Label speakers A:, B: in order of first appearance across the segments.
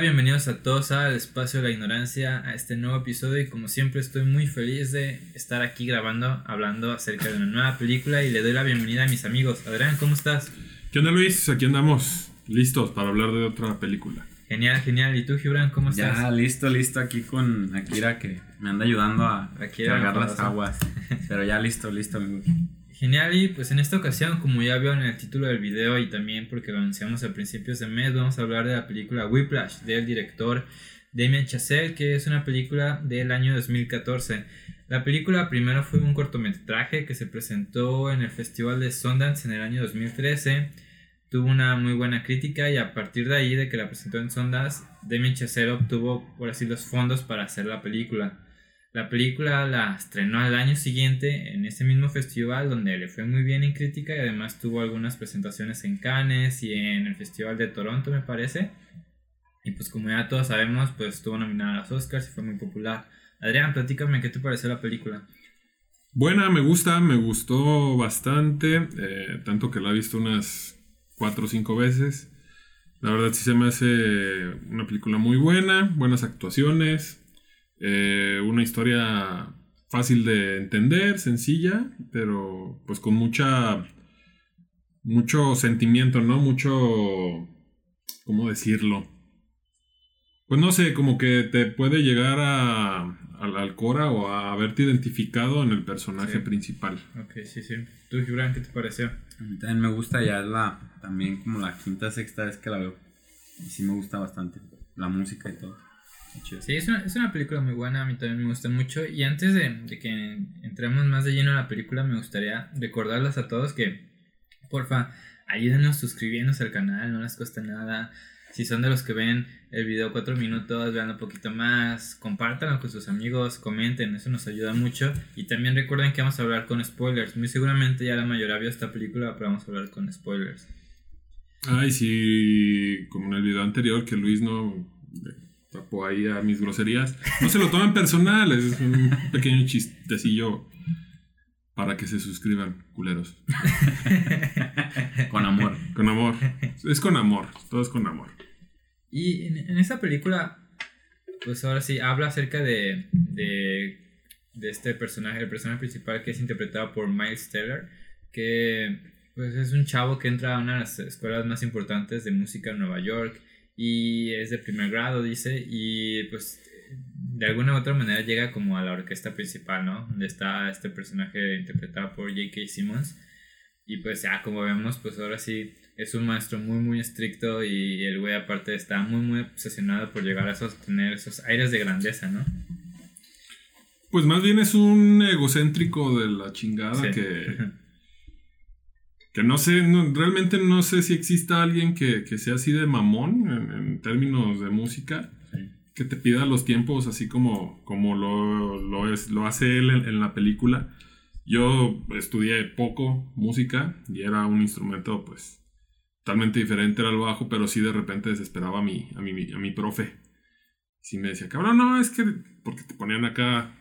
A: bienvenidos a todos al Espacio de la Ignorancia, a este nuevo episodio y como siempre estoy muy feliz de estar aquí grabando, hablando acerca de una nueva película y le doy la bienvenida a mis amigos. Adrián, ¿cómo estás?
B: ¿Qué onda Luis? Aquí andamos, listos para hablar de otra película.
A: Genial, genial. ¿Y tú, Gibran, cómo estás?
C: Ya, listo, listo aquí con Akira que me anda ayudando a
A: Akira,
C: cargar
A: me
C: las
A: conoce.
C: aguas. Pero ya listo, listo, amigo.
A: Genial, y pues en esta ocasión, como ya vieron en el título del video y también porque lo anunciamos a principios de mes, vamos a hablar de la película Whiplash del director Damien Chazelle, que es una película del año 2014. La película primero fue un cortometraje que se presentó en el Festival de Sundance en el año 2013. Tuvo una muy buena crítica y a partir de ahí, de que la presentó en Sundance, Damien Chazelle obtuvo, por así, los fondos para hacer la película. La película la estrenó al año siguiente en ese mismo festival donde le fue muy bien en crítica y además tuvo algunas presentaciones en Cannes y en el Festival de Toronto me parece. Y pues como ya todos sabemos, pues estuvo nominada a los Oscars y fue muy popular. Adrián, platícame qué te pareció la película.
B: Buena, me gusta, me gustó bastante, eh, tanto que la he visto unas cuatro o cinco veces. La verdad sí se me hace una película muy buena, buenas actuaciones, eh, una historia fácil de entender, sencilla, pero pues con mucha mucho sentimiento, ¿no? Mucho ¿cómo decirlo? Pues no sé, como que te puede llegar a, al, al cora o a haberte identificado en el personaje
A: Sí.
B: principal.
A: Ok, sí, sí. Tú, Gibran, ¿qué te pareció?
C: A mí también me gusta, ya es la, también como la quinta, sexta vez que la veo. Y sí me gusta bastante la música y todo. Está chido.
A: Sí, es una, es una película muy buena, a mí también me gusta mucho. Y antes de, de que entremos más de lleno en la película, me gustaría recordarles a todos que, porfa, ayúdenos suscribiéndose al canal, no les cuesta nada. Si son de los que ven el video cuatro minutos, vean un poquito más, compártanlo con sus amigos, comenten, eso nos ayuda mucho. Y también recuerden que vamos a hablar con spoilers. Muy seguramente ya la mayoría vio esta película, pero vamos a hablar con spoilers.
B: Ay, sí, como en el video anterior que Luis no eh, tapó ahí a mis groserías. No se lo tomen personal, es un pequeño chistecillo para que se suscriban, culeros.
C: Con amor.
B: Con amor. Es con amor, todo es con amor.
A: Y en, en esta película, pues ahora sí, habla acerca de, de, de este personaje, el personaje principal que es interpretado por Miles Teller, que pues es un chavo que entra a una de las escuelas más importantes de música en Nueva York y es de primer grado, dice, y pues de alguna u otra manera llega como a la orquesta principal, ¿no? Donde está este personaje interpretado por J.K. Simmons. Y pues ya, como vemos, pues ahora sí es un maestro muy, muy estricto y el güey aparte está muy, muy obsesionado por llegar a esos, tener esos aires de grandeza, ¿no?
B: Pues más bien es un egocéntrico de la chingada
A: Sí.
B: que, que no sé, no- realmente no sé si exista alguien que, que sea así de mamón en, en términos de música,
C: Sí.
B: que te pida los tiempos así como, como lo, lo, es, lo hace él en, en la película. Yo estudié poco música y era un instrumento pues totalmente diferente, era el bajo, pero sí de repente desesperaba a mi, a mi, a mi profe. Sí me decía, cabrón, no, es que porque te ponían acá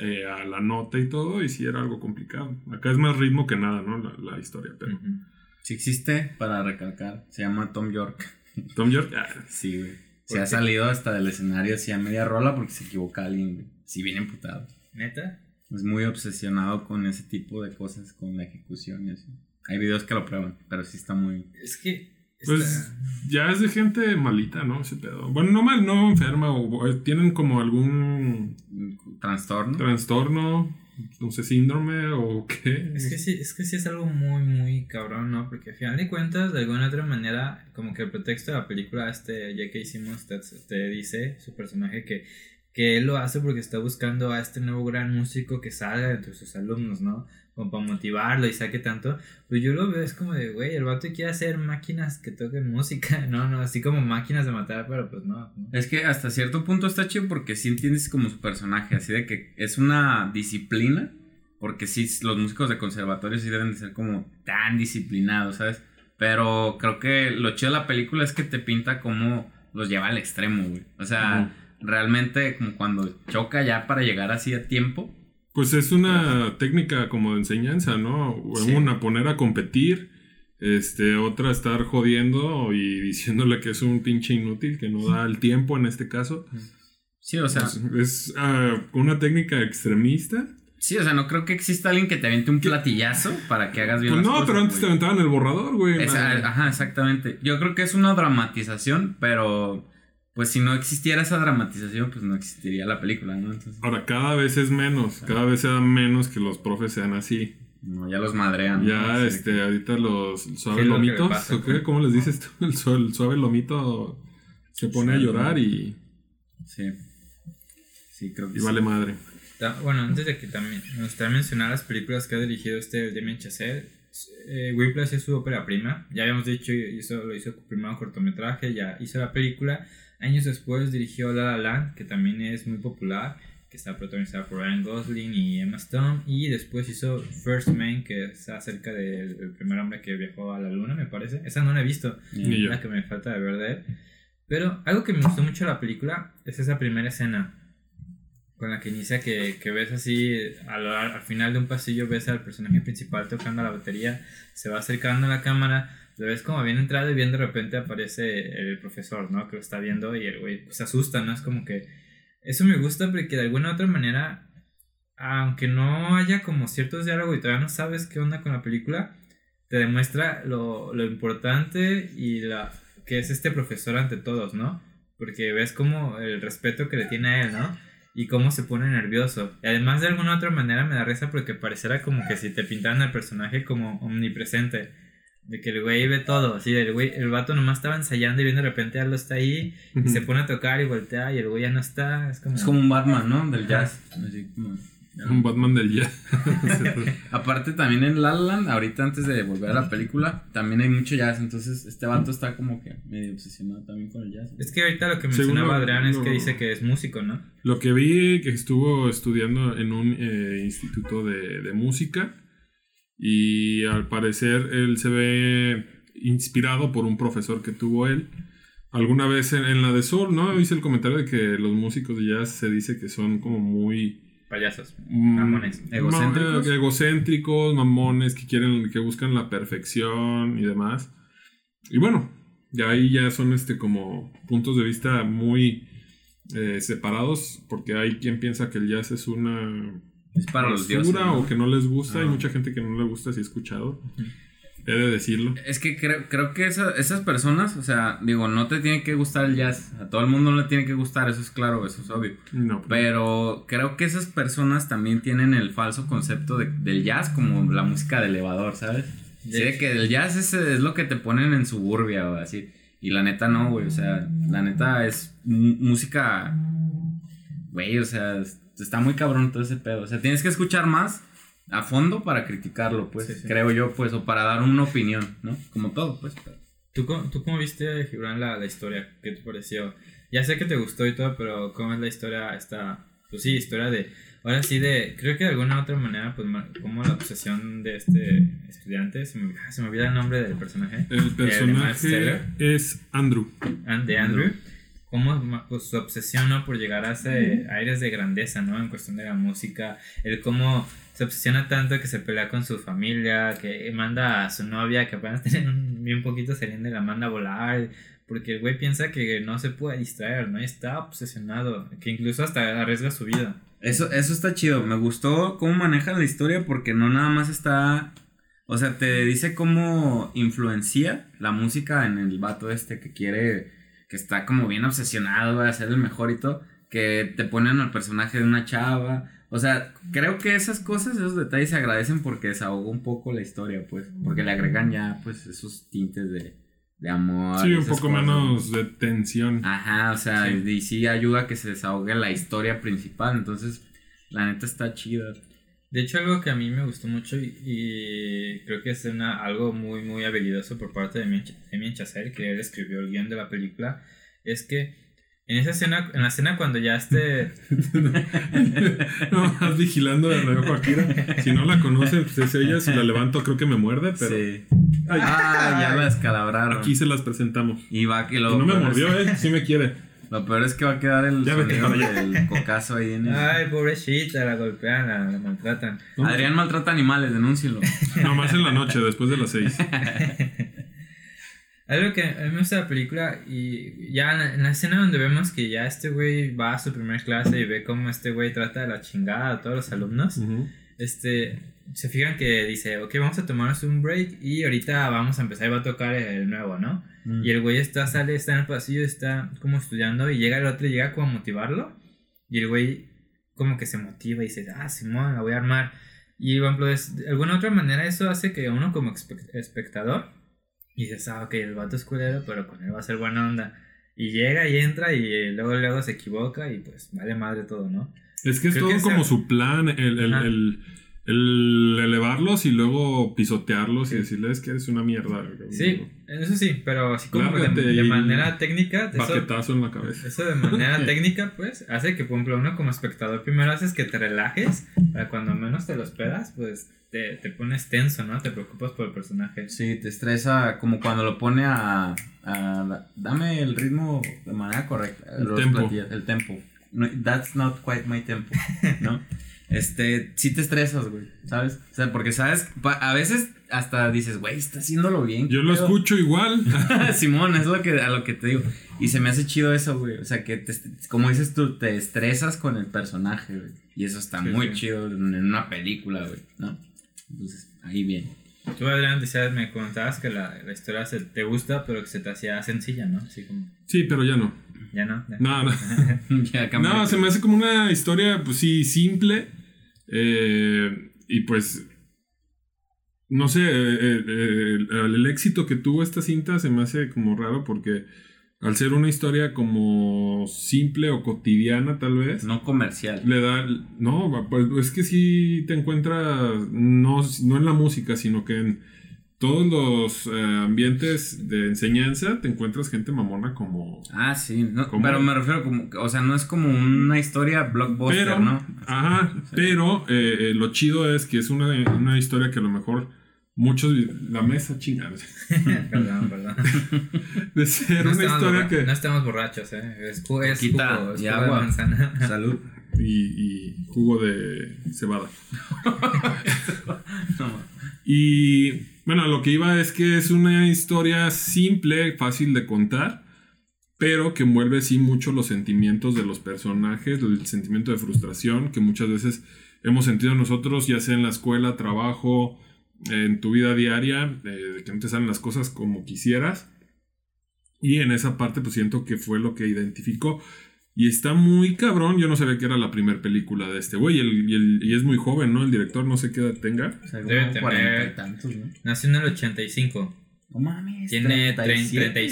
B: eh, a la nota y todo, y sí era algo complicado. Acá es más ritmo que nada, ¿no? La, la historia, pero...
A: Ujú.
C: Si existe, para recalcar, se llama Tom York.
B: Tom York, ah,
C: Sí, güey.
A: ¿Por
C: Se ha
A: qué?
C: salido hasta del escenario, sí, a media rola porque se equivoca alguien, güey. Sí, bien emputado.
A: ¿Neta?
C: Es muy obsesionado con ese tipo de cosas, con la ejecución y así. Hay videos que lo prueban, pero sí está muy...
A: Es que...
B: Pues-
A: está-
B: ya es de gente malita, ¿no? Ese pedo. Bueno, no mal, no enferma, o, o tienen como algún
C: Trastorno.
B: trastorno, no sé, síndrome o qué.
A: Es que sí, es que sí es algo muy, muy cabrón, ¿no? Porque al final de cuentas, de alguna otra manera, como que el pretexto de la película, este, ya que hicimos, te, te dice su personaje que, que él lo hace porque está buscando a este nuevo gran músico que salga entre sus alumnos, ¿no? Como para motivarlo y saque tanto. Pues yo lo veo, es como de, güey, el vato quiere hacer máquinas que toquen música, ¿no? No, así como máquinas de matar, pero pues no. ¿no?
C: Es que hasta cierto punto está chido porque sí entiendes como su personaje, así de que es una disciplina, porque sí, los músicos de conservatorio sí deben de ser como tan disciplinados, ¿sabes? Pero creo que lo chido de la película es que te pinta cómo los lleva al extremo, güey. O sea, realmente como cuando choca ya para llegar así a tiempo.
B: Pues es una técnica como de enseñanza, ¿no? O
C: Sí.
B: Una poner a competir Este, otra estar jodiendo y diciéndole que es un pinche inútil, que no da el tiempo en este caso.
C: Sí, o sea,
B: Es, es, ah, una técnica extremista.
C: sí, o sea, no creo que exista alguien que te aviente un platillazo para que hagas bien
B: Pues
C: las
B: no,
C: cosas,
B: pero antes te
C: güey.
B: aventaban el borrador, güey.
C: Esa-
B: Madre.
C: ajá, exactamente. Yo creo que es una dramatización, pero pues si no existiera esa dramatización, pues no existiría la película, ¿no? Entonces,
B: Ahora, cada vez es menos, cada vez se da menos que los profes sean así.
C: no, ya los madrean. ¿no?
B: Ya,
C: Así
B: este, ahorita los
A: Ah, Sí,
B: suaves
A: es lo que le
B: lomitos,
A: pasa,
B: ¿o qué?
A: güey.
B: ¿Cómo les dices tú? El, su- el suave lomito se pone a
C: Sí.
B: llorar y,
C: Sí. Sí, creo que
B: y
C: sí.
B: vale madre.
A: Ta- Bueno, antes de que también me gustaría mencionar las películas que ha dirigido este Damien Chazelle. Eh, Whiplash es su ópera prima. Ya habíamos dicho, hizo, lo hizo primero en cortometraje, ya hizo la película. Años después dirigió La La Land, que también es muy popular, que está protagonizada por Ryan Gosling y Emma Stone. Y después hizo First Man, que es acerca del del primer hombre que viajó a la luna, me parece. Esa no la he visto
B: Ni yo.
A: la que me falta de ver de él. Pero algo que me gustó mucho de la película es esa primera escena con la que inicia que, que ves así al, al final de un pasillo ves al personaje principal tocando la batería, se va acercando a la cámara, lo ves como bien entrado y bien de repente aparece el profesor, ¿no? Que lo está viendo y el güey se asusta, ¿no? Es como que eso me gusta porque de alguna u otra manera aunque no haya como ciertos diálogos y todavía no sabes qué onda con la película, te demuestra lo, lo importante y la que es este profesor ante todos, ¿no? Porque ves como el respeto que le tiene a él, ¿no? Y cómo se pone nervioso. Y además de alguna otra manera me da risa porque pareciera como que si te pintaran al personaje como omnipresente. De que el güey ve todo, así del güey, el vato nomás estaba ensayando y bien de repente algo está ahí y se pone a tocar y voltea y el güey ya no está. Es como...
C: Es como un Batman, ¿no? Del jazz. Así como-
B: Un Batman del ya.
C: Aparte también en La La Land, ahorita antes de volver a la película, también hay mucho jazz, entonces este vato está como que medio obsesionado también con el jazz. ¿no?
A: Es que ahorita lo que
B: Según
A: mencionaba
B: lo-
A: Adrián es
B: lo-
A: que dice que es músico, ¿no?
B: Lo que vi que estuvo estudiando en un eh, instituto de, de música y al parecer él se ve inspirado por un profesor que tuvo él. Alguna vez en, en la de Sol, ¿no? Hice el comentario de que los músicos de jazz se dice que son como muy...
A: Payasos.
B: mm,
A: Mamones.
C: Egocéntricos.
B: ma- egocéntricos, mamones, que quieren, que buscan la perfección y demás. Y bueno, ya ahí ya son este como puntos de vista muy eh, separados, porque hay quien piensa que el jazz es una
C: Es para los dioses.
B: basura
C: ¿no?
B: o que no les gusta, hay
C: Ah.
B: mucha gente que no le gusta, si he escuchado,
A: Ujú.
B: he de decirlo.
C: Es que creo, creo que esa- esas personas, o sea, digo, no te tiene que gustar el jazz. A todo el mundo no le tiene que gustar, eso es claro, eso es obvio.
B: No, pues,
C: Pero creo que esas personas también tienen el falso concepto de- del jazz como la música de elevador, ¿sabes? Sí, de que el jazz es, es lo que te ponen en suburbia o así. Y la neta no, güey. O sea, la neta es mu- música. Güey, o sea, es- está muy cabrón todo ese pedo. O sea, tienes que escuchar más a fondo para criticarlo, pues,
A: Sí, sí.
C: creo yo, pues, o para dar una opinión, ¿no? Como todo, pues. pero-
A: ¿Tú, cómo- ¿Tú cómo viste, Gibran, la, la historia? ¿Qué te pareció? Ya sé que te gustó y todo, pero ¿cómo es la historia esta? Pues sí, historia de... Ahora sí, de... Creo que de alguna otra manera, pues ma- como la obsesión de este estudiante... Se me, ah, se me olvida el nombre del personaje.
B: el
A: Max Taylor.
B: personaje es Andrew.
A: An- De Andrew. Cómo ma- pues, su obsesión, ¿no? Por llegar a ese aires de grandeza, ¿no? En cuestión de la música. El cómo se obsesiona tanto que se pelea con su familia, que manda a su novia, que apenas tienen un- bien poquito saliendo y la manda a volar. Porque el güey piensa que no se puede distraer, ¿no? Está obsesionado. Que incluso hasta arriesga su vida.
C: Eso, eso está chido. Me gustó cómo manejan la historia porque no nada más está. O sea, te dice cómo influencia la música en el vato este que quiere. Que está como bien obsesionado a ser el mejor y todo. Que te ponen al personaje de una chava. O sea, creo que esas cosas, esos detalles se agradecen porque desahogó un poco la historia, pues. Porque le agregan ya, pues, esos tintes de, de amor.
B: Sí, un
C: esas
B: poco
C: cosas.
B: menos de tensión.
C: Ajá, o sea,
A: Sí.
C: y sí ayuda a que se desahogue la historia principal, entonces la neta está chida.
A: De hecho, algo que a mí me gustó mucho y, y creo que es una, algo muy, muy habilidoso por parte de Damien Ch- Damien Chazelle, que él escribió el guión de la película, es que en esa escena, en la escena cuando ya este...
B: No, más vigilando de reojo a Kira. Si no la conocen, pues es ella. Si la levanto, creo que me muerde, pero
C: Sí.
B: Ay.
C: ah, ya la descalabraron.
B: aquí se las presentamos.
C: Y va
B: Y
C: que lo
B: no me mordió, ¿eh? Sí me quiere.
C: Lo peor es que va a quedar el
B: Ya vete
C: sonido
B: para allá.
C: del cocazo ahí en el...
A: Ay, pobrecita, la golpean, la, la maltratan.
C: Adrián maltrata animales, denúncielo.
B: Nomás en la noche, después de las 6.
A: Algo que a mí me gusta de la película y ya en la, en la escena donde vemos que ya este güey va a su primer clase y ve cómo este güey trata de la chingada a todos los alumnos, este, se fijan que dice, ok, vamos a tomarnos un break y ahorita vamos a empezar y va a tocar el nuevo, ¿no? Y el güey está, sale, está en el pasillo, está como estudiando y llega el otro y llega como a motivarlo. Y el güey como que se motiva y dice, ah, Simón, la voy a armar. Y, por ejemplo, es- de alguna otra manera eso hace que uno como espe- espectador y dices, ah, ok, el vato es culero, pero con él va a ser buena onda. Y llega y entra y eh, luego, luego se equivoca y pues vale madre todo, ¿no?
B: Es que es
A: Creo
B: todo
A: que
B: como
A: sea-
B: su plan, el, el,
A: Ajá.
B: el- el elevarlos y luego pisotearlos
A: Sí.
B: y decirles que eres una mierda. cabrón.
A: Sí, eso sí, pero así como de,
B: Lárgate
A: de
B: y-
A: manera técnica, de eso,
B: Paquetazo en la cabeza.
A: Eso de manera técnica, pues, hace que, por ejemplo, uno como espectador primero haces que te relajes, para cuando menos te lo esperas, pues te, te pones tenso, ¿no? Te preocupas por el personaje.
C: Sí, te estresa como cuando lo pone a... a la- dame el ritmo de manera correcta.
B: El
C: los
B: tempo.
C: platillos, el tempo. No, that's not quite my tempo, ¿no? Este, sí te estresas, güey, ¿sabes? O sea, porque, ¿sabes? Pa- A veces hasta dices, güey, está haciéndolo bien.
B: Yo
C: ¿qué
B: lo
C: pedo?
B: escucho igual.
C: Simón, es lo que, a lo que te digo. Y se me hace chido eso, güey. O sea, que te est- como dices tú, te estresas con el personaje, güey. Y eso está
A: Sí,
C: muy
A: sí.
C: chido en en una película, güey, ¿no? Entonces, ahí bien.
A: Tú, Adrián, decías, me contabas que la, la historia se, te gusta, pero que se te hacía sencilla, ¿no? Así como,
B: Sí, pero ya no.
A: ya no. Ya.
B: No, no.
C: ya cambió.
B: No, se me hace como una historia, pues sí, simple. eh, y pues. No sé, eh, eh, eh, el, el éxito que tuvo esta cinta se me hace como raro porque al ser una historia como simple o cotidiana, tal vez.
C: No comercial.
B: Le da. No, va, pues es que sí te encuentras. No, no en la música, sino que en todos los eh, ambientes de enseñanza te encuentras gente mamona como.
C: Ah, sí. no,
B: ¿Cómo?
C: pero me refiero como, o sea, no es como una historia blockbuster,
B: Pero,
C: ¿no?
B: ajá, pero eh, eh, lo chido es que es una, una historia que a lo mejor muchos. vi- La mesa chingada.
A: perdón, perdón.
B: De ser
A: No
B: una
A: estamos,
B: historia
A: borra-
B: que.
A: no estamos borrachos, ¿eh? Es, ju- es
C: Coquita
A: jugo, es
C: y
A: jugo de
C: agua.
A: manzana.
C: Salud.
B: Y, y jugo de cebada.
C: No,
B: Y bueno, a lo que iba es que es una historia simple, fácil de contar, pero que envuelve sí mucho los sentimientos de los personajes, el sentimiento de frustración que muchas veces hemos sentido nosotros, ya sea en la escuela, trabajo, en tu vida diaria, eh, de que no te salen las cosas como quisieras. Y en esa parte pues siento que fue lo que identificó. Y está muy cabrón, yo no sabía que era la primera película de este güey, y, el- y el- y es muy joven, ¿no? El director no sé qué edad tenga.
C: o sea,
A: Debe
C: como
A: tener-
C: cuarenta y tantos, ¿no?
A: Nació en el 85.
C: No mames.
A: Tiene
C: 37.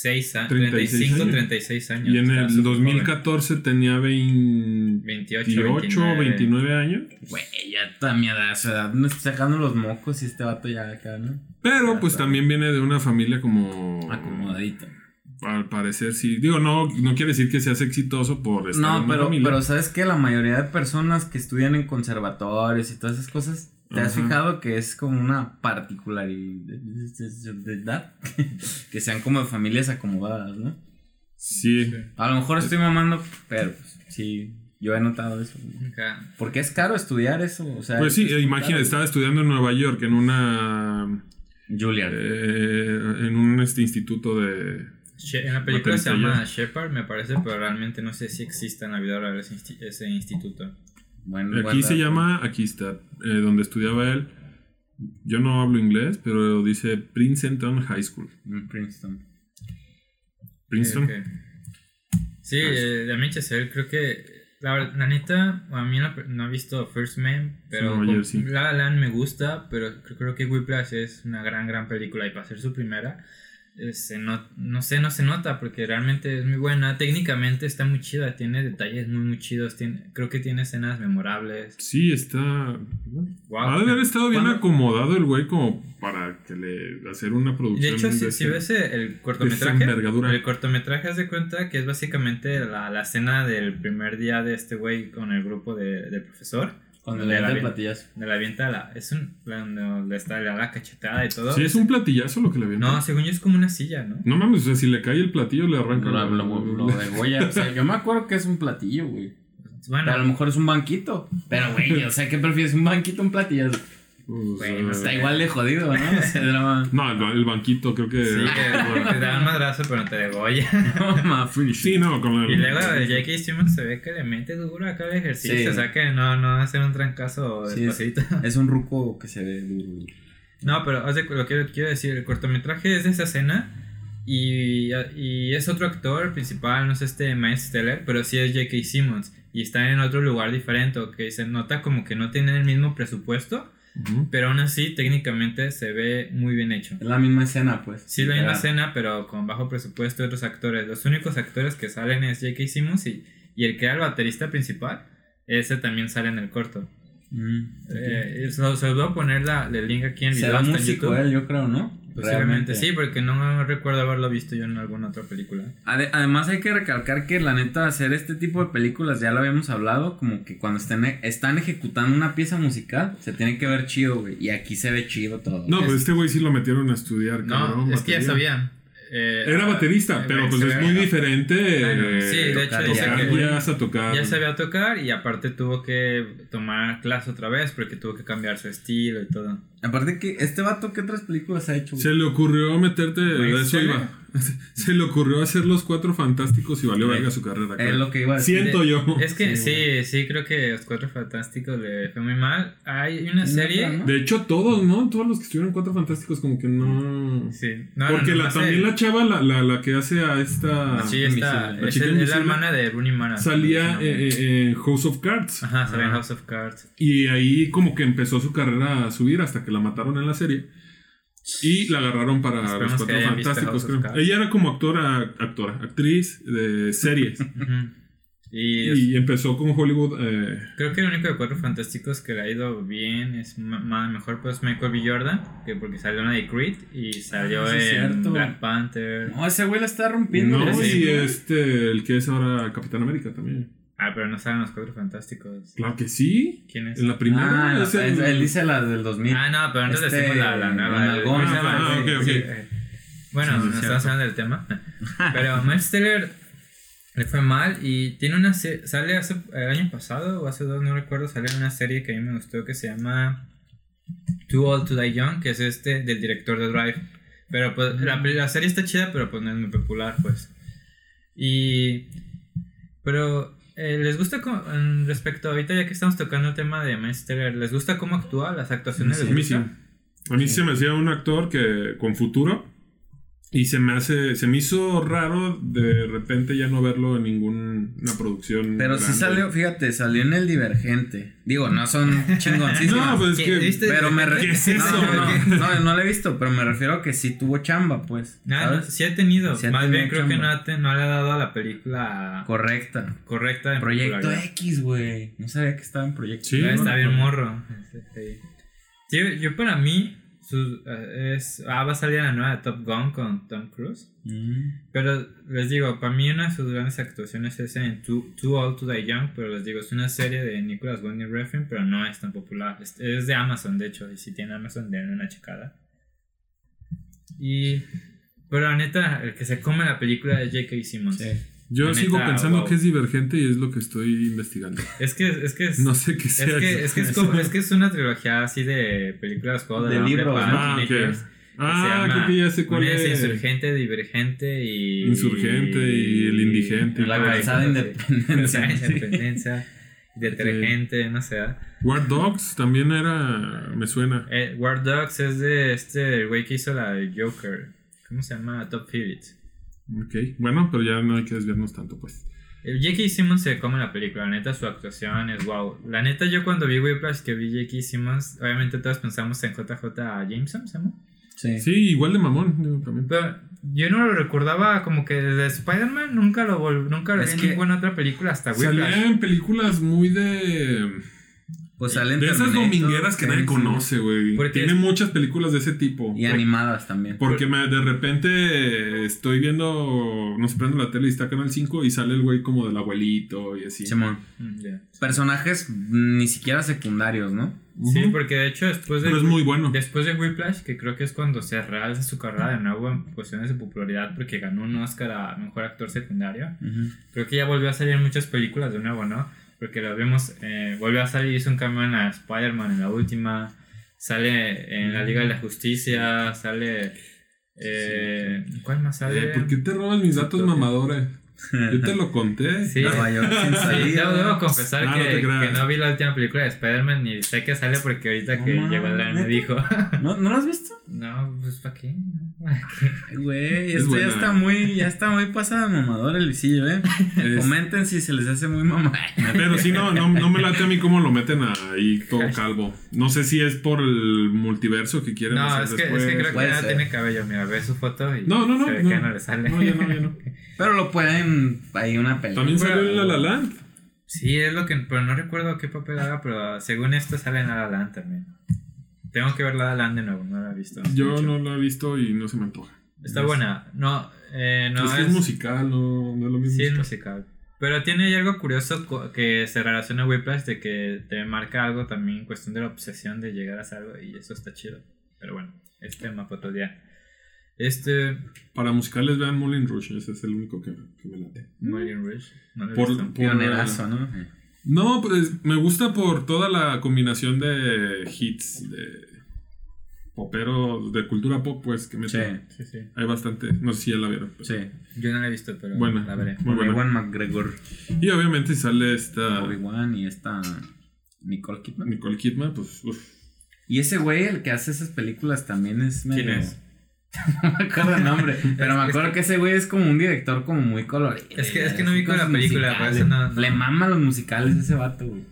A: 36 años.
B: 36
A: 35,
B: años.
A: 36 años.
B: Y en
A: Está
B: el
A: súper
B: 2014 tenía 28,
A: joven. 28,
B: 29,
A: 29.
B: años.
C: Güey, ya está mi edad, su edad. No estoy sacando los mocos y este vato ya acá, ¿no?
B: Pero pues
C: Ah,
B: también viene de una familia como...
C: Acomodadito.
B: Al parecer sí. Digo, no, no quiere decir que seas exitoso por estar en
C: No,
B: una
C: pero,
B: familia.
C: pero sabes que la mayoría de personas que estudian en conservatorios y todas esas cosas, ¿te has
B: Ajá.
C: fijado que es como una particularidad de edad? que sean como de familias acomodadas, ¿no?
B: Sí.
C: A lo mejor
D: Eh,
C: estoy mamando, pero pues, sí, yo he notado eso. ¿no?
A: Acá.
C: Porque es caro estudiar eso, o sea.
B: Pues sí,
C: es
B: eh,
C: muy
B: imagina,
C: caro.
B: estaba estudiando en Nueva York, en una...
C: Juilliard.
B: eh, en un este instituto de...
A: She- en la película se
B: Baterista
A: llama Shepard, me parece, pero realmente no sé si exista en la vida real ese, insti- ese instituto.
C: Bueno,
B: Aquí
C: bueno,
B: se llama, aquí está, eh, donde estudiaba él. Yo no hablo inglés, pero dice Princeton High School.
C: en Princeton.
B: Princeton.
A: Ok. Sí, eh, de América Chazelle creo que. La, verdad- la neta, a mí la per- no he visto First Man, pero
B: No, yo
A: con-
B: sí.
A: La La Land me gusta, pero creo, creo que Whiplash es una gran, gran película y para ser su primera, eh, se no, no sé, no se nota porque realmente es muy buena. Técnicamente está muy chida, tiene detalles muy, muy chidos, tiene, creo que tiene escenas memorables.
B: Sí, está.
A: Wow.
B: Ha de haber estado bien
A: Ah, ¿Cuándo-
B: acomodado el güey como para que le hacer una
A: De
B: producción.
A: hecho, si,
B: de
A: si
B: este-
A: ves el cortometraje,
B: envergadura.
A: el cortometraje haz de cuenta que es básicamente la, la escena del primer día de este güey con el grupo de, del profesor.
D: Cuando
A: Le
D: le dan el
A: avienta.
D: platillazo.
A: Donde le avienta la. Es un. Cuando le está le da la cachetada y todo.
B: Sí, es un platillazo lo que le avienta.
A: No, según yo es como una silla, ¿no?
B: No mames, o sea, si le cae el platillo le arranca
D: Lo,
B: la-
D: lo, lo- lo degüella. O sea, yo me acuerdo que es un platillo, güey. Pero a lo
A: Pues, Bueno,
D: mejor es un banquito. Eh. Pero, güey, o sea, ¿qué prefieres? ¿Un banquito o un platillazo?
B: Pues, o sea,
D: Güey, no está igual de jodido, ¿no? O sea, drama.
B: No, el, ba- el banquito creo que...
A: sí, que te da un madrazo, pero no te degolla.
B: Sí, no, con el...
A: Y luego el J.K. Simmons se ve que le mete duro acá el ejercicio.
D: Sí.
A: O sea que no, no va a hacer un trancazo
D: Sí,
A: despacito.
D: Es un ruco que se ve duro.
A: No, pero haz de cu- lo que quiero decir, el cortometraje es de esa escena y, y es otro actor principal, no es este Miles Teller, pero sí es J.K. Simmons y está en otro lugar diferente, o que se nota como que no tienen el mismo presupuesto,
B: Ujú.
A: pero aún así técnicamente se ve muy bien hecho.
D: Es la misma escena, pues.
A: Sí, la misma
D: Ah,
A: escena, pero con bajo presupuesto y otros actores. Los únicos actores que salen es J.K. Simmons y, y el que era el baterista principal, ese también sale en el corto.
D: mm.
A: Eh, y se, los- se los voy a poner la, el link aquí en el
D: Será
A: hasta en
D: músico
A: YouTube.
C: eh,
D: él, yo creo, ¿no?
A: Posiblemente
D: Realmente.
A: sí, porque no recuerdo haberlo visto yo en alguna otra película.
C: Ade- además hay que recalcar que la neta hacer este tipo de películas, ya lo habíamos hablado, como que cuando estén, e-, están ejecutando una pieza musical, se tiene que ver chido, güey. Y aquí se ve chido todo.
B: No, pero este güey sí lo metieron a estudiar,
A: No,
B: cabrón.
A: es que ya
B: batería.
A: sabía. Eh,
B: Era baterista,
A: eh,
B: pero pues
A: se
B: es
A: ve-
B: muy diferente.
A: Claro,
B: eh,
A: sí, de hecho
B: tocar
A: dice que
B: jazz a tocar.
A: Ya sabía tocar y aparte tuvo que tomar clase otra vez porque tuvo que cambiar su estilo y todo.
C: Aparte que este vato, ¿qué otras películas ha hecho? güey?
B: Se le ocurrió meterte.
A: Güey,
B: de eso
A: sí.
B: iba. Se le ocurrió hacer los cuatro fantásticos y valió
C: Eh,
B: verga su carrera.
C: Es
B: creo.
C: lo que iba a decir.
B: Siento yo.
A: Es que
C: Sí,
A: sí, sí, creo que Los Cuatro Fantásticos le fue muy mal. Hay una serie...
C: ¿no?
B: De hecho, todos, ¿no? Todos los que estuvieron cuatro fantásticos, como que no.
A: Sí. No, no,
B: Porque
A: no,
B: la,
A: no sé.
B: también la chava, la, la, la que hace a esta.
A: Sí, está,
B: Invisible.
A: es, el-
B: La chica
A: es la
B: invisible.
A: hermana de Rooney Mara.
B: Salía
A: Sí, no.
B: eh, eh, ah. en House of Cards.
A: Ajá, salía en
C: Ajá.
A: House of Cards.
B: Y ahí como que empezó su carrera a subir hasta que la mataron en la serie. Y la agarraron para
A: Esperemos
B: los
A: que
B: cuatro
A: hayan visto
B: fantásticos,
A: House of
B: creo.
A: Cards.
B: Ella era como actora, actora, actriz de series.
A: Ujú. Y,
B: y empezó con Hollywood. eh,
A: Creo que el único de Cuatro Fantásticos que le ha ido bien es ma- ma- mejor pues Michael B. Jordan, que porque salió en la de Creed y salió
D: Ah, sí,
A: en
D: es cierto.
A: Black Panther.
D: No, ese güey la está rompiendo.
B: no,
A: sí.
B: y este, el que es ahora Capitán América también.
A: Ah, pero no salen los Cuatro Fantásticos.
B: Claro que sí.
A: ¿Quién es?
B: En la
C: Ah,
B: primera.
C: la-
B: es el-
C: él, dice la del 2000.
A: Ah, no, pero antes
C: Este,
A: decimos la, la nueva.
C: Ronald
A: el-
C: Gómez.
A: ¿cómo se llama?
B: Ah,
A: Sí,
B: ok,
A: sí,
B: ok.
A: eh. Bueno,
B: Sí, sí,
A: no
B: cierto.
A: estamos hablando del tema. Pero Miles Teller le fue mal y tiene una se- sale hace el año pasado o hace dos, no recuerdo, sale en una serie que a mí me gustó que se llama Too Old to Die Young, que es este del director de Drive. Pero pues la, la serie está chida, pero pues no es muy popular, pues. Y pero eh, les gusta co- en respecto ahorita ya que estamos tocando el tema de Miles Teller, les gusta cómo actúa, las actuaciones
B: A
A: les
B: mí sí.
A: gustan?
B: A mí se me hacía un actor que con futuro y se me hace se me hizo raro de repente ya no verlo en ninguna producción.
C: pero sí
B: grande.
C: salió, fíjate, salió en el Divergente. Digo, no son
B: No,
C: chingoncísimas.
B: pues es
A: ¿Qué-
B: que
A: viste?
C: pero me
B: ¿Qué
C: refiero.
B: es eso?
C: No,
A: Ah,
C: no, no, no, no la he visto, pero me refiero a que sí tuvo chamba, pues.
B: Ah,
A: Nada, no,
C: ¿sabes?
A: sí ha tenido.
C: Sí ha
A: Más bien
C: tenido
A: creo que no,
C: chamba.
A: ha te- no le ha dado a la película
C: Correcta.
A: correcta. en
C: Proyecto
A: popularidad.
C: X, güey. No sabía que estaba en Proyecto
B: Sí,
A: Ya
B: ¿no?
A: Está bien morro. Sí. Sí, yo- yo para mí su- eh, es, ah, va a salir la nueva de Top Gun con Tom Cruise.
C: Mm.
A: Pero les digo, para mí una de sus grandes actuaciones es en Too, Too Old to Die Young, pero les digo, es una serie de Nicholas Winding Refn, pero no es tan popular. Es, es de Amazon, de hecho, y si tiene Amazon, denle una checada. Y... Pero la neta, el que se come la película es J.K. Simmons.
B: Yo
A: La
B: sigo
A: neta,
B: pensando
A: wow.
B: que es divergente y es lo que estoy investigando.
A: Es que es, que es,
B: No sé qué
A: es
B: sea.
A: que es que es,
B: eso.
A: como- es que es una trilogía así de películas juego de,
D: De
A: la hambre
D: libros,
A: para
D: ¿no?
B: Ah, ok.
A: teenagers, que
B: Ah,
A: se
B: creo
A: llama
B: que ya sé cuál
A: Ulises
B: es.
A: Insurgente, divergente y
B: Insurgente y El Indigente.
D: La
A: Ah,
D: calzada
A: sí.
D: independencia.
A: Calzada independencia, Detergente, no sé. ah.
B: War Dogs también era me suena.
A: Eh, War Dogs es de este el güey que hizo la de Joker. ¿Cómo se llama? Top Pivot.
B: Ok. Bueno, pero ya no hay que desviarnos tanto pues.
A: El J.K. Eh, Simmons se come la película, la neta su actuación es wow. La neta yo cuando vi Whiplash que vi J.K. Simmons, obviamente todos pensamos en JJ Jameson, ¿se llama?
D: Sí.
B: Sí, igual de mamón digo, también.
A: Pero yo no lo recordaba como que desde Spider-Man nunca lo vol- nunca lo vi
C: Es
A: en
C: que
A: ninguna otra película hasta
B: Salía
A: Whiplash.
B: en películas muy de
C: Pues salen
B: De esas
C: Terminator,
B: domingueras que nadie
C: Simpsons,
B: conoce, güey.
A: Porque
B: Tiene
A: es-
B: muchas películas de ese tipo.
C: Y
B: Por-
C: animadas también.
B: Porque me- de repente eh, estoy viendo, nos prendo la tele y está Canal 5 y sale el güey como del abuelito y así.
C: Simón.
A: Mm, ya.
C: Personajes mm, ni siquiera secundarios, ¿no?
B: Ujú. Pues
A: Sí, porque de hecho después de,
B: Pero es muy bueno.
A: después de Whiplash, que creo que es cuando se realza su carrera de nuevo en cuestiones de popularidad porque ganó un Oscar a Mejor Actor Secundario, creo que ya volvió a salir en muchas películas de nuevo, ¿no? Porque lo vemos, eh, volvió a salir, hizo un cambio en la Spider-Man en la última, sale en la Liga de la Justicia, sale... eh, ¿Cuál más sale?
B: Eh, ¿Por qué te robas mis datos mamadores? Yo te lo conté.
A: Sí.
C: Nueva York sin
A: Sí,
C: salida.
A: debo, debo confesar
B: Ah, no
A: que,
B: te
A: que no
B: creas.
A: vi la última película de Spider-Man ni sé que sale porque ahorita
C: No
A: que
C: mames,
A: llegó Adrián me
C: ¿neta?
A: dijo,
C: ¿No, ¿No lo has visto?
A: no, pues ¿para qué? No, ¿pa' qué?
C: Ay, Güey,
B: Es
C: esto ya
B: buena.
C: está muy, ya está muy pasada de mamador el visillo, eh.
B: Es-
C: Comenten si se les hace muy mamá.
B: Pero sí, no, no, no me late a mí cómo lo meten ahí todo calvo. No sé si es por el multiverso que quieren
A: No,
B: hacer
A: es que, es
B: después.
A: que creo que
C: puede
A: ya
C: ser.
A: tiene cabello, mira, ve su foto y
B: No, no, no,
A: se ve
B: no.
A: que no le sale.
B: No, ya no, ya no.
C: Pero lo pueden, hay una película.
B: También salió en La La Land.
A: Sí, es lo que, pero no recuerdo qué papel haga, pero según esto sale en La La Land también. Tengo que ver La La Land de nuevo, no la he visto. hace
B: Yo
A: mucho.
B: no lo he visto y no se me antoja.
A: Está buena, no, eh, no
B: es, que es musical, no, no es lo mismo.
A: Sí, es musical. Pero tiene ahí algo curioso co- que se relaciona a Whiplash de que te marca algo también, cuestión de la obsesión de llegar a hacer algo y eso está chido. Pero bueno, es tema para otro día. Este.
B: Para musicales vean Moulin Rouge, ese es el único que, que me late.
A: Moulin Rouge. No lo he
B: Por-
A: visto.
C: Pionerazo, ¿no?
B: No, pues me gusta por toda la combinación de hits, de poperos, de cultura pop, pues que
C: Sí,
B: meten.
A: Sí, sí.
B: Hay bastante, no sé si ya la vieron. pero-
C: sí.
A: Yo no la he visto, pero
B: Buena,
A: la veré.
B: muy buena.
C: Obi-Wan McGregor.
B: Y obviamente sale esta
C: Obi-Wan y esta Nicole Kidman.
B: Nicole Kidman, pues uf,
C: Y ese güey, el que hace esas películas también es medio...
A: ¿Quién es?
C: No me acuerdo el nombre, pero me acuerdo que ese güey es como un director como muy colorido.
A: Es que- es que
C: y
A: no vi con la
C: cosas
A: película, por
C: musicales.
A: eso no- no.
C: Le mama los musicales ese vato, güey.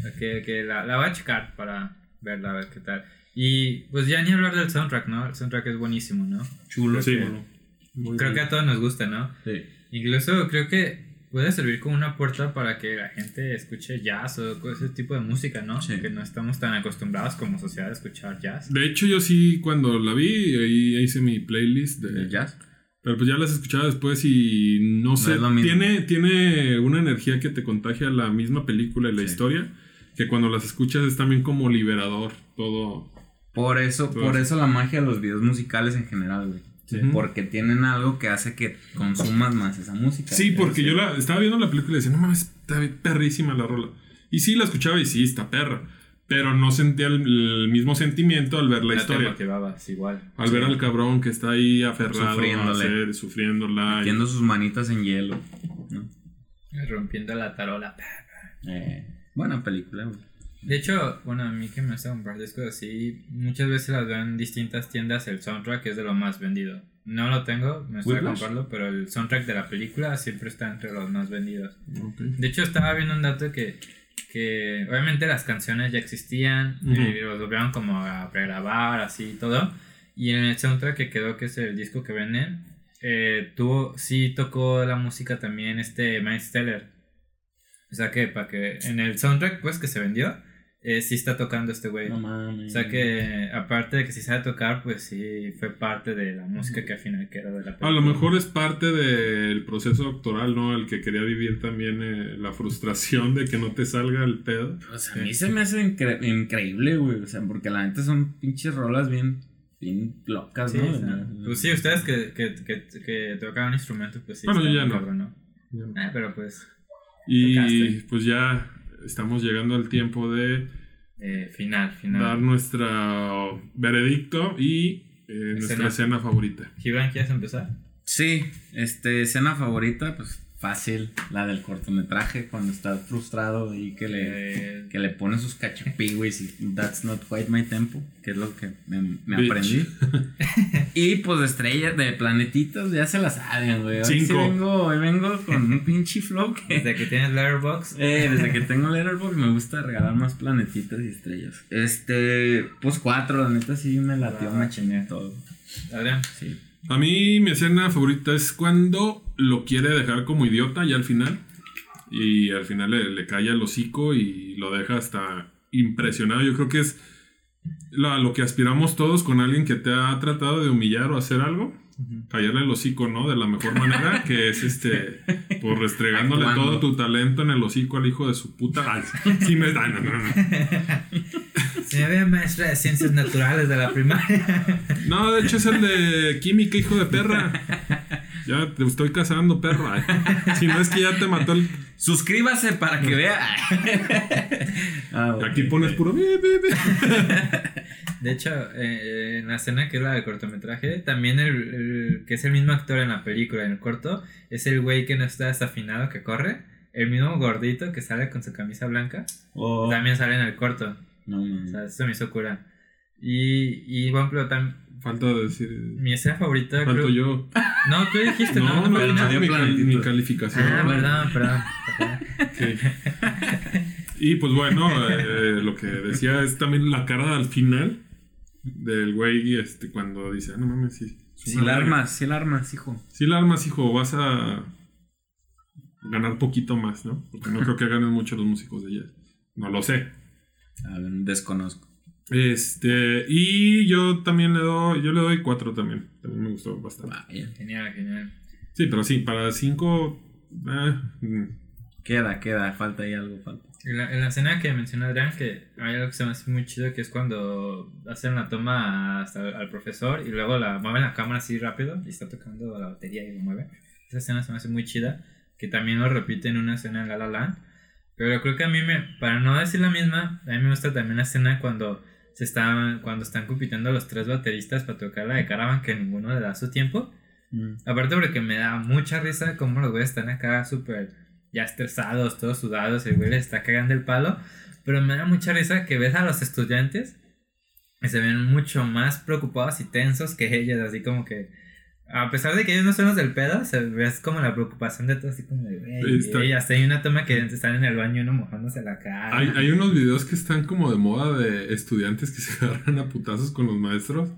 A: Ok, ok, la, la voy a checar para verla, a ver qué tal. Y pues ya ni hablar del soundtrack, ¿no? El soundtrack es buenísimo, ¿no?
C: Chulo.
B: sí,
C: chulo.
B: muy
A: Creo que
B: bien.
A: a todos nos gusta, ¿no? Incluso creo que puede servir como una puerta para que la gente escuche jazz o co- ese tipo de música, ¿no?
C: Sí.
A: Que no estamos tan acostumbrados como sociedad a escuchar jazz.
B: De hecho, yo sí, cuando la vi, ahí hice mi playlist de,
C: ¿El jazz?
B: Pero pues ya las escuchaba después y no sé.
C: es lo mismo.
B: tiene, tiene una energía que te contagia la misma película y la
C: Sí.
B: historia. Que cuando las escuchas es también como liberador todo.
C: Por eso,
B: Todo
C: por
B: eso.
C: eso la magia de los videos musicales en general, güey.
B: Sí.
C: Porque tienen algo que hace que consumas más esa música.
B: Sí, porque yo la estaba viendo la película y decía, no mames, está perrísima la rola. Y sí, la escuchaba y sí, está perra. Pero no sentía el, el mismo sentimiento al ver
A: No
B: la
A: Te
B: historia.
A: motivabas igual.
B: Al ver al cabrón que está ahí aferrado a
C: Sufriéndole.
B: hacer, sufriéndola. y-
C: Metiendo sus manitas en hielo. ¿no?
A: Rompiendo la tarola.
C: Eh, buena película, güey.
A: De hecho, bueno, a mí que me gusta comprar discos así, muchas veces las veo en distintas tiendas. El soundtrack es de lo más vendido. No lo tengo, me gusta
B: Whiplash.
A: comprarlo, pero el soundtrack de la película siempre está entre los más vendidos.
B: Ok.
A: De hecho, estaba viendo un dato que, que obviamente las canciones ya existían,
B: Ujú.
A: eh, los doblaron como a pregrabar, así y todo. Y en el soundtrack que quedó, que es el disco que venden, eh, tuvo, sí tocó la música también este Miles Teller. O sea que, para que en el soundtrack, pues que se vendió, eh, sí está tocando este güey.
C: No
A: o
C: mames.
A: sea que, aparte de que sí sabe tocar, pues sí fue parte de la música que al final quedó de la
B: A lo mejor es parte del proceso doctoral, ¿no? El que quería vivir también eh, la frustración de que no te salga el pedo.
C: Pues a mí se me hace incre- increíble, güey. O sea, porque la neta son pinches rolas bien, bien locas,
A: Sí,
C: ¿no?
A: o sea, pues sí, ustedes que, que, que, que tocaban instrumentos, pues sí.
B: Bueno, yo
A: está
B: ya
A: muy
B: no.
A: cabrón, Ah, pero pues,
B: Y
A: Tocaste.
B: pues ya estamos llegando al tiempo de
A: eh, final,
B: dar
A: final.
B: nuestro veredicto y eh, nuestra
A: Escena.
B: escena favorita.
A: Gibran, ¿quieres empezar?
C: Sí, este, escena favorita, pues fácil, la del cortometraje, cuando está frustrado y que le,
A: Eh,
C: que le pone sus cachapigües y that's not quite my tempo, que es lo que me, me
B: Bitch.
C: aprendí. y pues de estrellas, de planetitas, ya se las saben, güey. Hoy sí
B: Cinco.
C: vengo, hoy vengo con un pinche flow que...
A: desde que tienes Letterboxd,
C: Eh, desde que tengo Letterboxd me gusta regalar más planetitas y estrellas. Este, pues cuatro, la neta sí me latió
A: Ah,
C: machiné
A: genial.
C: todo.
A: Adrián.
C: Sí.
B: A mí mi escena favorita es cuando lo quiere dejar como idiota ya al final. Y al final le, le calla el hocico y lo deja hasta impresionado. Yo creo que es lo- a lo que aspiramos todos con alguien que te ha tratado de humillar o hacer algo.
A: Ujú.
B: Callarle el hocico, ¿no? De la mejor manera, que es este, pues restregándole
C: Actuando.
B: todo tu talento en el hocico al hijo de su puta. Ay, sí me- ay, no, no, no.
A: Señora maestra de ciencias naturales de la primaria.
B: No, de hecho es el de química, hijo de perra. Ya te estoy cazando, perro. Ay, Si no es que ya te mató el.
C: Suscríbase para que vea. Ah, ok.
B: Aquí pones puro. "Bi, bi, bi".
A: De hecho, eh, eh, en la escena que es la del cortometraje, también el, el que es el mismo actor en la película, en el corto, es el güey que no está desafinado, que corre. El mismo gordito que sale con su camisa blanca,
C: Oh,
A: también sale en el corto.
C: no,
A: O
C: mames.
A: sea, eso me hizo cura. Y, y bueno, pero tam-
B: Falta decir.
A: mi escena favorita...
B: Falto
A: creo-
B: yo.
A: No, tú dijiste, no,
B: No, no,
A: pero
B: no,
A: no.
C: nadie
B: mi,
C: planetito.
B: mi calificación.
A: Ah, perdón, perdón.
B: Sí. Y pues bueno, eh, lo que decía es también la cara al final del güey este, cuando dice, ah, no mames, sí. es
C: Si
B: una
C: la
B: verga".
C: armas, si la armas, hijo.
B: Si la armas, hijo, vas a ganar poquito más, ¿no? Porque no creo que ganen mucho los músicos de jazz. No lo sé.
C: A ver, desconozco.
B: Este, y yo también le doy, yo le doy cuatro también. También me gustó bastante.
C: Vaya.
A: Genial, genial.
B: Sí, pero sí, para cinco, ah, mm,
C: Queda, queda, falta ahí algo, falta.
A: En la, en la escena que menciona Adrián, que hay algo que se me hace muy chido, que es cuando hacen la toma hasta al, al profesor y luego la mueven la cámara así rápido y está tocando la batería y lo mueve. Esa escena se me hace muy chida, que también lo repite en una escena en La La Land. Pero creo que a mí me, para no decir la misma, a mí me gusta también la escena cuando se están, cuando están compitiendo los tres bateristas para tocar la de Caravan, que ninguno le da su tiempo.
B: Mm.
A: Aparte porque me da mucha risa cómo los güeyes están acá súper ya estresados, todos sudados, el güey les está cagando el palo. Pero me da mucha risa que ves a los estudiantes que se ven mucho más preocupados y tensos que ellos, así como que... A pesar de que ellos no son los del pedo, se ves como la preocupación de todos, así como de... "Güey,
B: Está-
A: güey", hasta hay una toma que están en el baño y uno mojándose la cara.
B: hay, hay unos videos que están como de moda de estudiantes que se agarran a putazos con los maestros.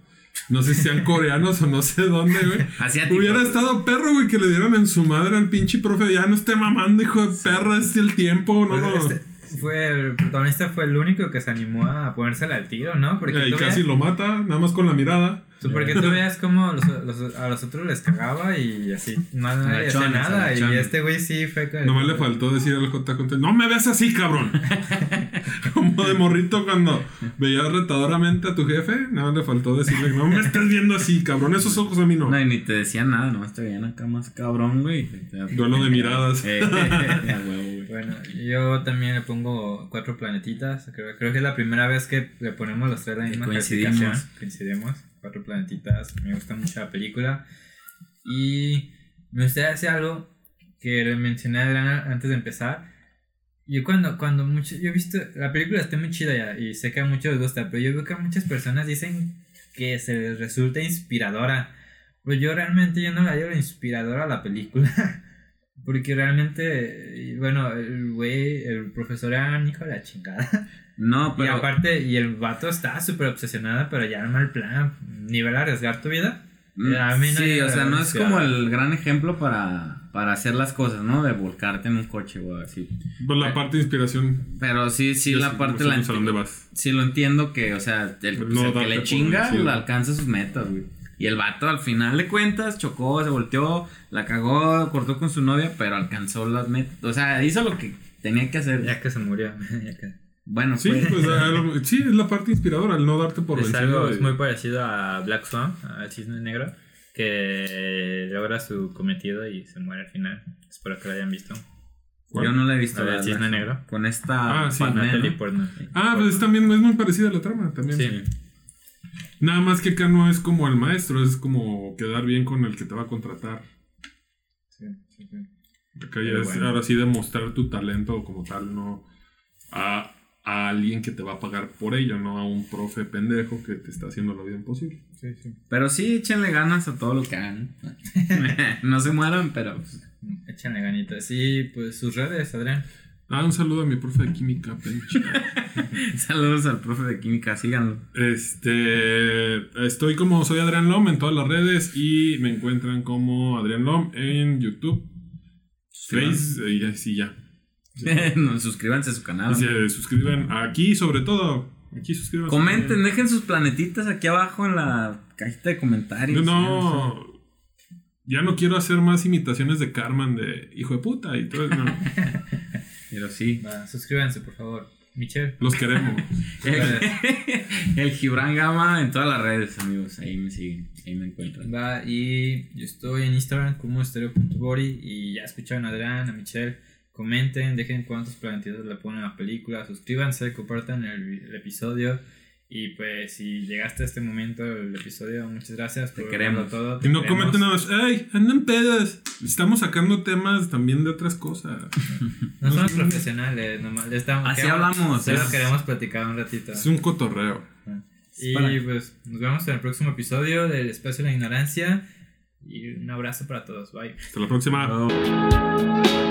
B: No sé si sean coreanos o no sé dónde, güey.
C: Asiático.
B: Hubiera estado perro, güey, que le dieran en su madre al pinche profe. Ya no esté mamando, hijo de perra, es el tiempo, no,
A: Pues,
B: no.
A: este, fue el protagonista fue el único que se animó a ponérsela al tiro, ¿no? Porque
B: Eh, y
A: tú ves-
B: casi lo mata, nada más con la mirada.
A: Tú, porque tú veas cómo los, los- a los otros les cagaba y así, no, no le hacía
C: Agachones,
A: nada. Y
C: agachones.
A: este güey sí fue con.
B: Nomás le faltó decir al J. Conte, no me veas así, cabrón. Como de morrito cuando veías retadoramente a tu jefe, nada más le faltó decirle, no me estás viendo así, cabrón, esos ojos a mí no.
C: No, y ni te decían nada, nomás te veían acá más cabrón, güey.
B: Duelo de miradas.
C: Eh, a huevo, güey.
A: Bueno, yo también le pongo cuatro planetitas. Creo, creo que es la primera vez que le ponemos los tres la
C: Que
A: misma
C: coincidimos.
A: clasificación. Coincidimos. Cuatro planetitas. Me gusta mucho la película. Y me gustaría hacer algo que le mencioné a Adriana antes de empezar. Yo cuando, cuando mucho, yo he visto, la película está muy chida ya y sé que a muchos les gusta, pero yo veo que a muchas personas dicen que se les resulta inspiradora. Pero yo realmente yo no la llevo inspiradora a la película. Porque realmente, y bueno, el güey, el profesor era un hijo de la chingada.
C: No,
A: Y
C: pero.
A: aparte, y el vato está súper obsesionada, pero ya arma el plan, nivel arriesgar tu vida.
C: mm,
A: Eh, a mí no
C: sí,
A: me
C: o sea, no es
A: pareció.
C: como el gran ejemplo para, para hacer las cosas, ¿no? De volcarte en un coche, güey, así.
B: Pues la parte de inspiración.
C: Pero sí, sí,
B: Yo
C: la
B: sí, pues,
C: parte
B: no
C: la
B: sé a dónde vas.
C: Sí, lo entiendo que, o sea, el, pues,
B: No
C: el que
B: darte
C: le
B: por
C: chinga
B: vencido.
C: lo alcanza sus metas, güey. Y el vato al final de cuentas chocó, se volteó, la cagó, cortó con su novia, pero alcanzó las metas. O sea, hizo lo que tenía que hacer.
A: Ya que se murió. ya que-
C: Bueno,
B: Sí,
C: fue-
B: pues a lo- sí, es la parte inspiradora, el no darte por
A: es
B: vencido.
A: algo
B: de-
A: es muy parecido a Black Swan, al cisne negro, que logra su cometido y se muere al final. Espero que lo hayan visto.
B: pues, ¿Cuál?
C: yo no la he visto.
A: La del
C: la-
A: cisne
C: la-
A: negro.
C: Con esta
B: Ah, sí,
C: Batman,
A: Natalie
C: ¿no?
A: Portman.
B: Ah, pues es también es muy parecida a la trama también.
A: Sí.
B: Nada más que acá no es como al maestro, es como quedar bien con el que te va a contratar.
A: Sí, sí, sí.
B: Acá
A: Pero
B: ya es
A: bueno.
B: ahora sí demostrar tu talento como tal, no a, a alguien que te va a pagar por ello, no a un profe pendejo que te está haciendo lo bien posible.
C: Pero sí, échenle ganas a todo lo que hagan. no se mueran, pero. pues,
A: Échenle ganitas. Sí, pues sus redes, Adrián.
B: Ah, un saludo a mi profe de química, pinche.
C: saludos al profe de química, síganlo.
B: Este, estoy como soy Adrián Lom en todas las redes y me encuentran como Adrián Lom en YouTube,
C: Sí,
B: Face y así ya.
C: No, suscríbanse a su
B: Y
C: canal.
B: se suscriban aquí, sobre todo. Aquí suscríbanse.
C: Comenten, dejen sus planetitas aquí abajo en la cajita de
B: No,
C: comentarios.
B: no. Ya no quiero hacer más imitaciones de Carmen de hijo de puta y todo. no.
C: Pero sí.
A: Va, suscríbanse, por favor. Michelle.
B: Los queremos.
C: El, el Gibran Gama en todas las redes, amigos. Ahí me siguen, ahí me encuentran.
A: Va, y yo estoy en Instagram como estereo.body y ya escucharon a Adrián, a Michelle. Comenten, dejen cuántos planetitas le ponen a la película, suscríbanse, compartan el, el episodio. Y pues si llegaste a este momento del episodio, muchas gracias
C: Te
A: por
C: queremos.
A: verlo todo.
B: Y
A: te
B: no
A: queremos.
B: comenten nada más. ¡Ey! ¡Andan pedas! Estamos sacando temas también de otras cosas.
A: No somos profesionales, nomás le estamos.
C: Así
A: queremos-
C: hablamos,
A: Solo
C: es-
A: queremos platicar un ratito.
B: Es un cotorreo.
A: Y
C: Para-
A: pues nos vemos en el próximo episodio del Espacio de la Ignorancia. Y un abrazo para todos. Bye.
B: Hasta la próxima.
C: Chao.